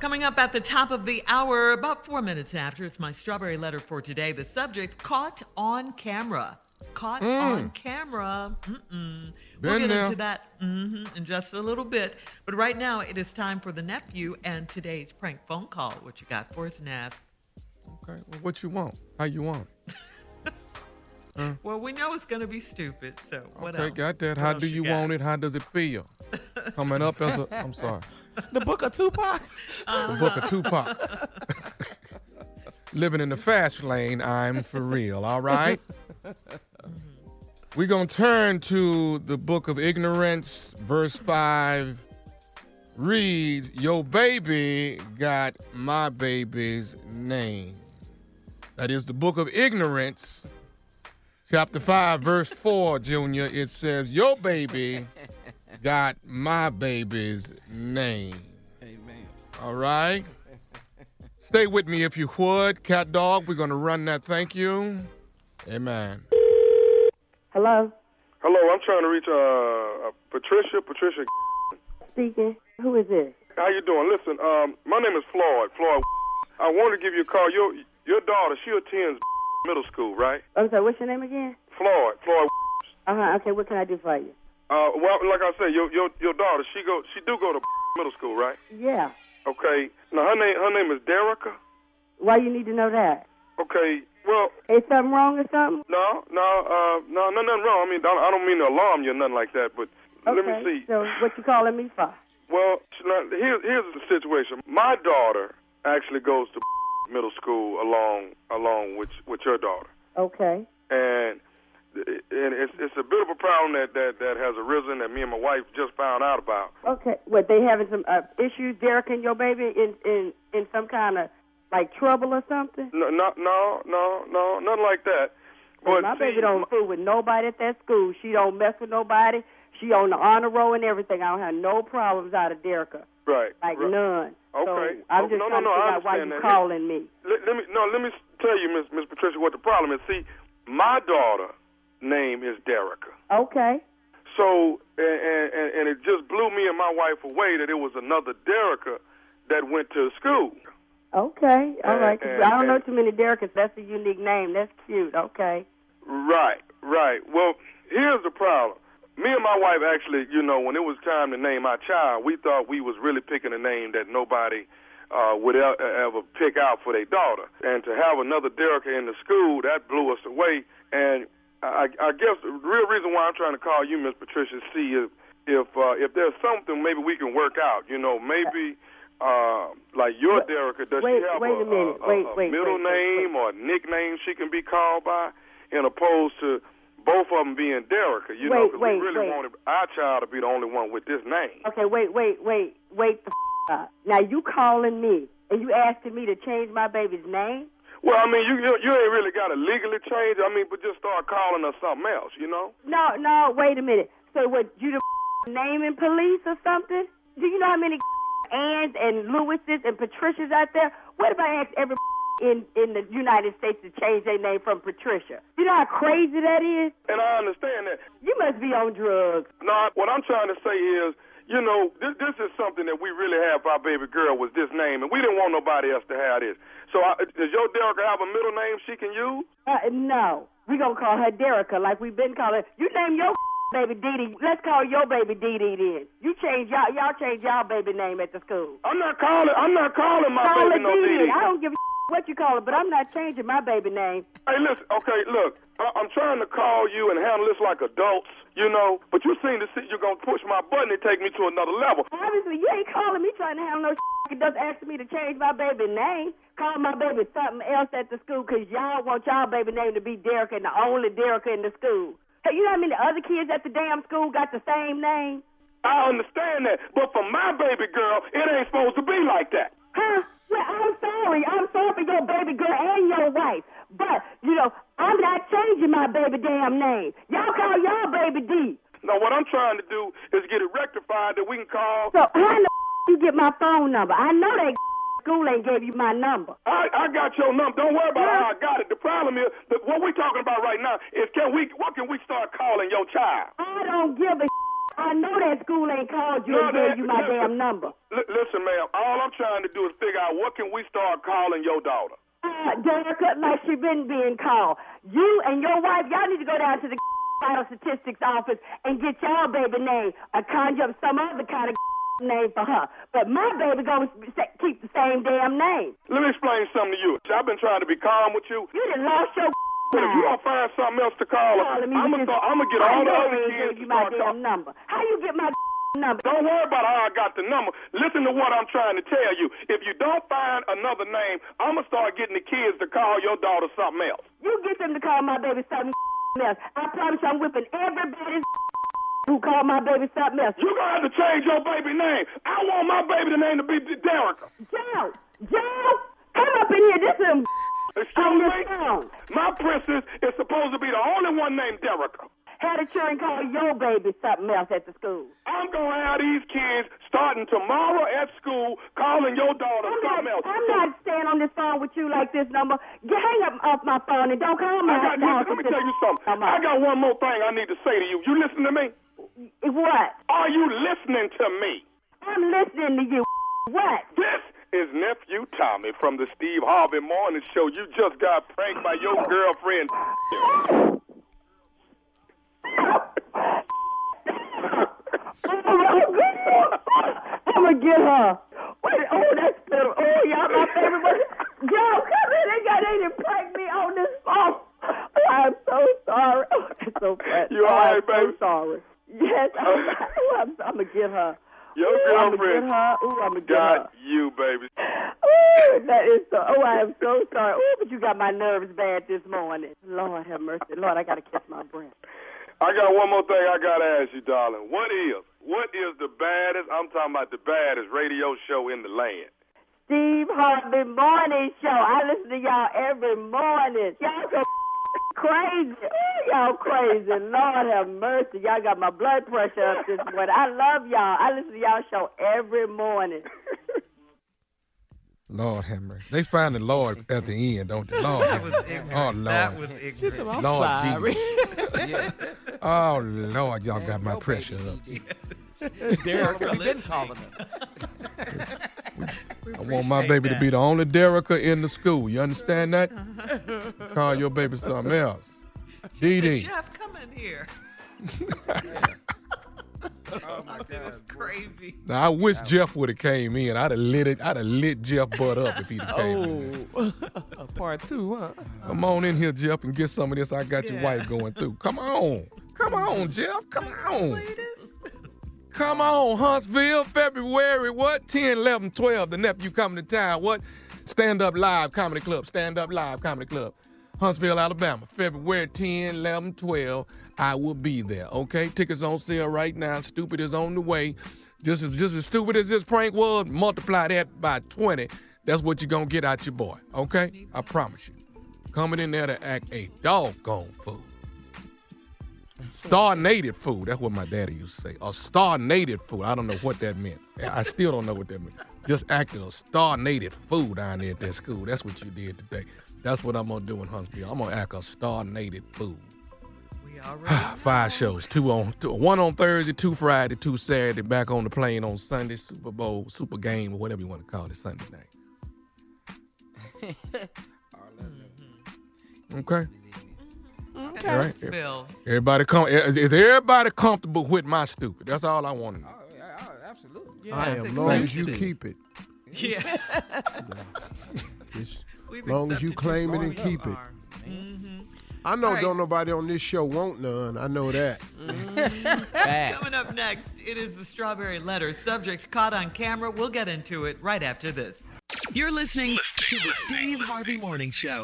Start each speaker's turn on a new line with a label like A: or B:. A: Coming up at the top of the hour, about four minutes after, it's my strawberry letter for today. The subject caught on camera. Caught on camera. Mm-mm. We'll
B: Mm. Been
A: get
B: there.
A: into that hmm in just a little bit. But right now, it is time for the nephew and today's prank phone call. What you got for us, Nav?
B: Okay, well, what you want? How you want? it?
A: Well, we know it's going to be stupid, so what
B: okay,
A: else?
B: got that.
A: What
B: How
A: else
B: do you
A: got?
B: want it? How does it feel? Coming up as a, I'm sorry,
C: The book of Tupac.
B: the book of Tupac. Living in the fast lane, I'm for real, all right? We're going to turn to the book of ignorance, verse 5. Reads, Your baby got my baby's name. That is the book of ignorance, chapter 5, verse 4, Junior. It says, Your baby got my baby's name.
C: Amen.
B: All right. Stay with me if you would, cat dog. We're gonna run that. Thank you. Amen.
D: Hello,
E: Hello, I'm trying to reach uh, uh, Patricia. Patricia,
D: speaking. Who is this?
E: how you doing? Listen, um, my name is Floyd. Floyd, I wanted to give you a call. Your your daughter, she attends middle school, right?
D: I'm sorry. Oh, What's your name again?
E: Floyd, Floyd.
D: Uh huh. Okay. What can I do for you?
E: Uh, well, like I said, your your your daughter, she go, she do go to middle school, right?
D: Yeah.
E: Okay. Now her name her name is Derica.
D: Why you need to know that?
E: Okay. Well,
D: Is something wrong or something?
E: no, no, uh, no, no, nothing wrong. I mean, I don't- I don't mean to alarm you or nothing like that, but let me
D: Okay,
E: see.
D: So what you calling me for?
E: Well, now, here, here's the situation. My daughter actually goes to middle school along along with with your daughter,
D: Okay.
E: and and it's it's a bit of a problem that that that has arisen that me and my wife just found out about.
D: Okay. What they having some uh, issues? Derek and your baby in in in some kind of like trouble or something?
E: No, no, no, no, no nothing like that. But
D: my
E: see,
D: baby don't fool with nobody at that school. She don't mess with nobody. She on the honor roll and everything. I don't have no problems out of Derek.
E: right,
D: Like
E: right.
D: none.
E: Okay.
D: So I'm
E: Oh,
D: just
E: no, no,
D: trying
E: no,
D: to
E: I
D: figure out why you
E: understand that.
D: calling me.
E: Let, let me no, let me tell you, Miss Miss Patricia, what the problem is. See, my daughter name is Derica.
D: Okay.
E: So, and, and, and it just blew me and my wife away that it was another Derica that went to school.
D: Okay, all
E: Uh,
D: right. 'cause I don't know
E: uh,
D: too many Derekins. That's a unique name. That's cute. Okay.
E: Right, right. Well, here's the problem. Me and my wife actually, you know, when it was time to name our child, we thought we was really picking a name that nobody uh, would e- ever pick out for their daughter. And to have another Derica in the school, that blew us away. And I, I guess the real reason why I'm trying to call you, Miss Patricia, see if if uh, if there's something maybe we can work out. You know, maybe uh, like your
D: Wait-
E: Derica, does
D: wait-
E: she have
D: wait
E: a,
D: a minute.
E: a- a-
D: Wait,
E: a
D: wait,
E: middle
D: wait, wait,
E: name
D: wait.
E: or nickname she can be called by, in opposed to both of them being Derica. You know,
D: Wait,
E: 'cause
D: wait,
E: we really
D: wait.
E: wanted our child to be the only one with this name.
D: Okay. Wait, wait, wait, wait. The f- up. Now you calling me and you asking me to change my baby's name?
E: Well, I mean, you you, you ain't really got to legally change. I mean, but just start calling her something else. You know?
D: No, no. Wait a minute. So what? You the f- naming police or something? Do you know how many Ann's and Lewises and Patricias out there? What if I asked every f- in in the United States to change their name from Patricia? You know how crazy that is?
E: And I understand that.
D: You must be on drugs.
E: No, I- what I'm trying to say is, you know, this, this is something that we really had for our baby girl was this name, and we didn't want nobody else to have this. So, I, does your Derica have a middle name she can use?
D: Uh, no. We gonna call her Derica like we've been calling. You name your baby Dee Dee. Let's call your baby Dee Dee then. You change y'all y'all change y'all baby name at the school.
E: I'm not calling. I'm not calling my
D: Call her
E: baby no
D: Dee Dee.
E: Dee.
D: I don't give a what you call her, but I'm not changing my baby name.
E: Hey, listen. Okay, look. I, I'm trying to call you and handle this like adults, you know. But you seem to see you're gonna push my button and take me to another level.
D: Obviously, you ain't calling me trying to have no. It doesn't ask me to change my baby name. Call my baby something else at the school 'cause y'all want y'all baby name to be Derek and the only Derek in the school. Hey, you know how many other kids at the damn school got the same name?
E: I understand that, but for my baby girl, it ain't supposed to be like that.
D: Huh? Well, I'm sorry. I'm sorry for your baby girl and your wife. But, you know, I'm not changing my baby damn name. Y'all call y'all baby D.
E: Now, what I'm trying to do is get it rectified that we can call.
D: So how in the you get my phone number? I know that school ain't gave you my number.
E: I, I got your number. Don't worry about how I got it. The problem is that what we're talking about right now is can we what can we start calling your child?
D: I don't give a I know that school ain't called you
E: No,
D: and gave
E: that-
D: you my
E: that-
D: damn number.
E: L- listen, ma'am, all I'm trying to do is figure out what can we start calling your daughter.
D: Uh, Derica, like she been being called. You and your wife, y'all need to go down to the vital statistics office and get y'all baby name or conjure up some other kind of name for her. But my baby gonna s- keep the same damn name.
E: Let me explain something to you. I've been trying to be calm with you.
D: You done lost your
E: But if you
D: mind.
E: don't find something else to call her,
D: Calling me
E: I'm
D: with
E: gonna
D: this-
E: I'm gonna get all the
D: I know they
E: other kids
D: gave
E: to
D: you my
E: start
D: damn
E: talking.
D: number. How you get my number?
E: Don't worry about how I got the number. Listen to what I'm trying to tell you. If you don't find another name, I'm gonna start getting the kids to call your daughter something else.
D: You get them to call my baby something else. I promise you I'm whipping everybody who called my baby something else.
E: You're gonna have to change your baby name. I want my baby name to be Derrica.
D: Joe, Joe, come up in here. This is them on
E: Excuse
D: the
E: me?
D: phone.
E: My princess is supposed to be the only one named Derrica.
D: Had a children call your baby something else at the school.
E: I'm gonna have these kids starting tomorrow at school calling your daughter
D: I'm
E: something
D: not,
E: else.
D: I'm not staying on this phone with you like this number. Get, hang up off my phone and don't call my
E: I got,
D: house.
E: listen, let me tell you something. I got one more thing I need to say to you. You listen to me?
D: What?
E: Are you listening to me?
D: I'm listening to you. What?
E: This is nephew Tommy from the Steve Harvey Morning Show. You just got pranked by your girlfriend.
D: I'm gonna get her. Wait, oh, that's little. Oh, y'all, my favorite one. Yo, come in. They got they didn't prank me on this phone. Oh, I'm so sorry. Oh, that's so funny.
E: You all
D: Oh,
E: right,
D: I'm
E: baby?
D: So sorry. Yes, I'm, oh, I'm, I'm gonna get her.
E: Your
D: Ooh, I'm gonna
E: girlfriend
D: get her. Ooh, I'm gonna get her.
E: Got you, baby.
D: Ooh, that is so. Oh, I am so sorry. Ooh, but you got my nerves bad this morning. Lord have mercy. Lord, I gotta catch my breath.
E: I got one more thing I gotta ask you, darling. What is what is the baddest? I'm talking about the baddest radio show in the land.
D: Steve Harvey Morning Show. I listen to y'all every morning. Y'all so crazy. Ooh, y'all crazy. Lord have mercy. Y'all got my blood pressure up this morning. I love y'all. I listen to y'all show every morning.
B: Lord Henry. They find the Lord at the end, don't they? Lord.
A: That was
B: have mercy.
A: ignorant.
B: oh Lord.
A: That was
C: She told me, I'm
A: ignorant.
B: Lord
C: sorry.
F: Yeah.
B: oh Lord, y'all got my
F: No
B: pressure
F: Oh, baby
B: up.
F: he did.
C: Derek,
F: We've been calling
A: Oh,
F: her.
B: I want my baby to be the only Derrica in the school. You understand that? Call your baby something else. Dee Dee.
A: Jeff, come in here.
F: Oh my
A: That is
F: God.
A: crazy.
B: Now I wish Jeff would have came in. I'd have lit it. I'd have lit Jeff butt up if he'd have came in.
C: Oh, part two, huh?
B: Come on in here, Jeff, and get some of this. I got your
A: Yeah.
B: wife going through. Come on, come on, Jeff. Come on,
A: Ladies,
B: come on, Huntsville, February what? 10, 11, 12. The nephew coming to town. What? Stand up live comedy club. Stand up live comedy club. Huntsville, Alabama, February 10, 11, 12. I will be there. Okay, tickets on sale right now. Stupid is on the way. Just as just as stupid as this prank was, multiply that by 20. That's what you're gonna get out your boy. Okay, I promise you. Coming in there to act a doggone fool. Star-nated fool. That's what my daddy used to say. A star-nated fool. I don't know what that meant. I still don't know what that meant. Just acting a star-nated fool down there at that school. That's what you did today. That's what I'm gonna do in Huntsville. I'm gonna act a star-nated fool.
A: we already.
B: Five shows. Two on two, one on Thursday, two Friday, two Saturday. Back on the plane on Sunday. Super Bowl, Super Game, or whatever you want to call it, Sunday night.
A: Okay.
B: Okay. Right.
A: Bill.
B: Everybody com- is is everybody comfortable with my stupid? That's all I want to know.
F: Oh, yeah, oh, absolutely.
A: Yeah,
G: I
A: that's
G: am. Long as you
A: expensive.
G: keep it.
A: Yeah.
G: It's-
A: We've
G: long as you
A: accepted
G: claim it
A: this
G: and
A: far. You
G: keep it.
A: are.
G: I know
A: All right.
G: don't nobody on this show want none. I know that.
A: Coming up next, it is the strawberry letter. Subject caught on camera. We'll get into it right after this. You're listening to the Steve Harvey Morning Show.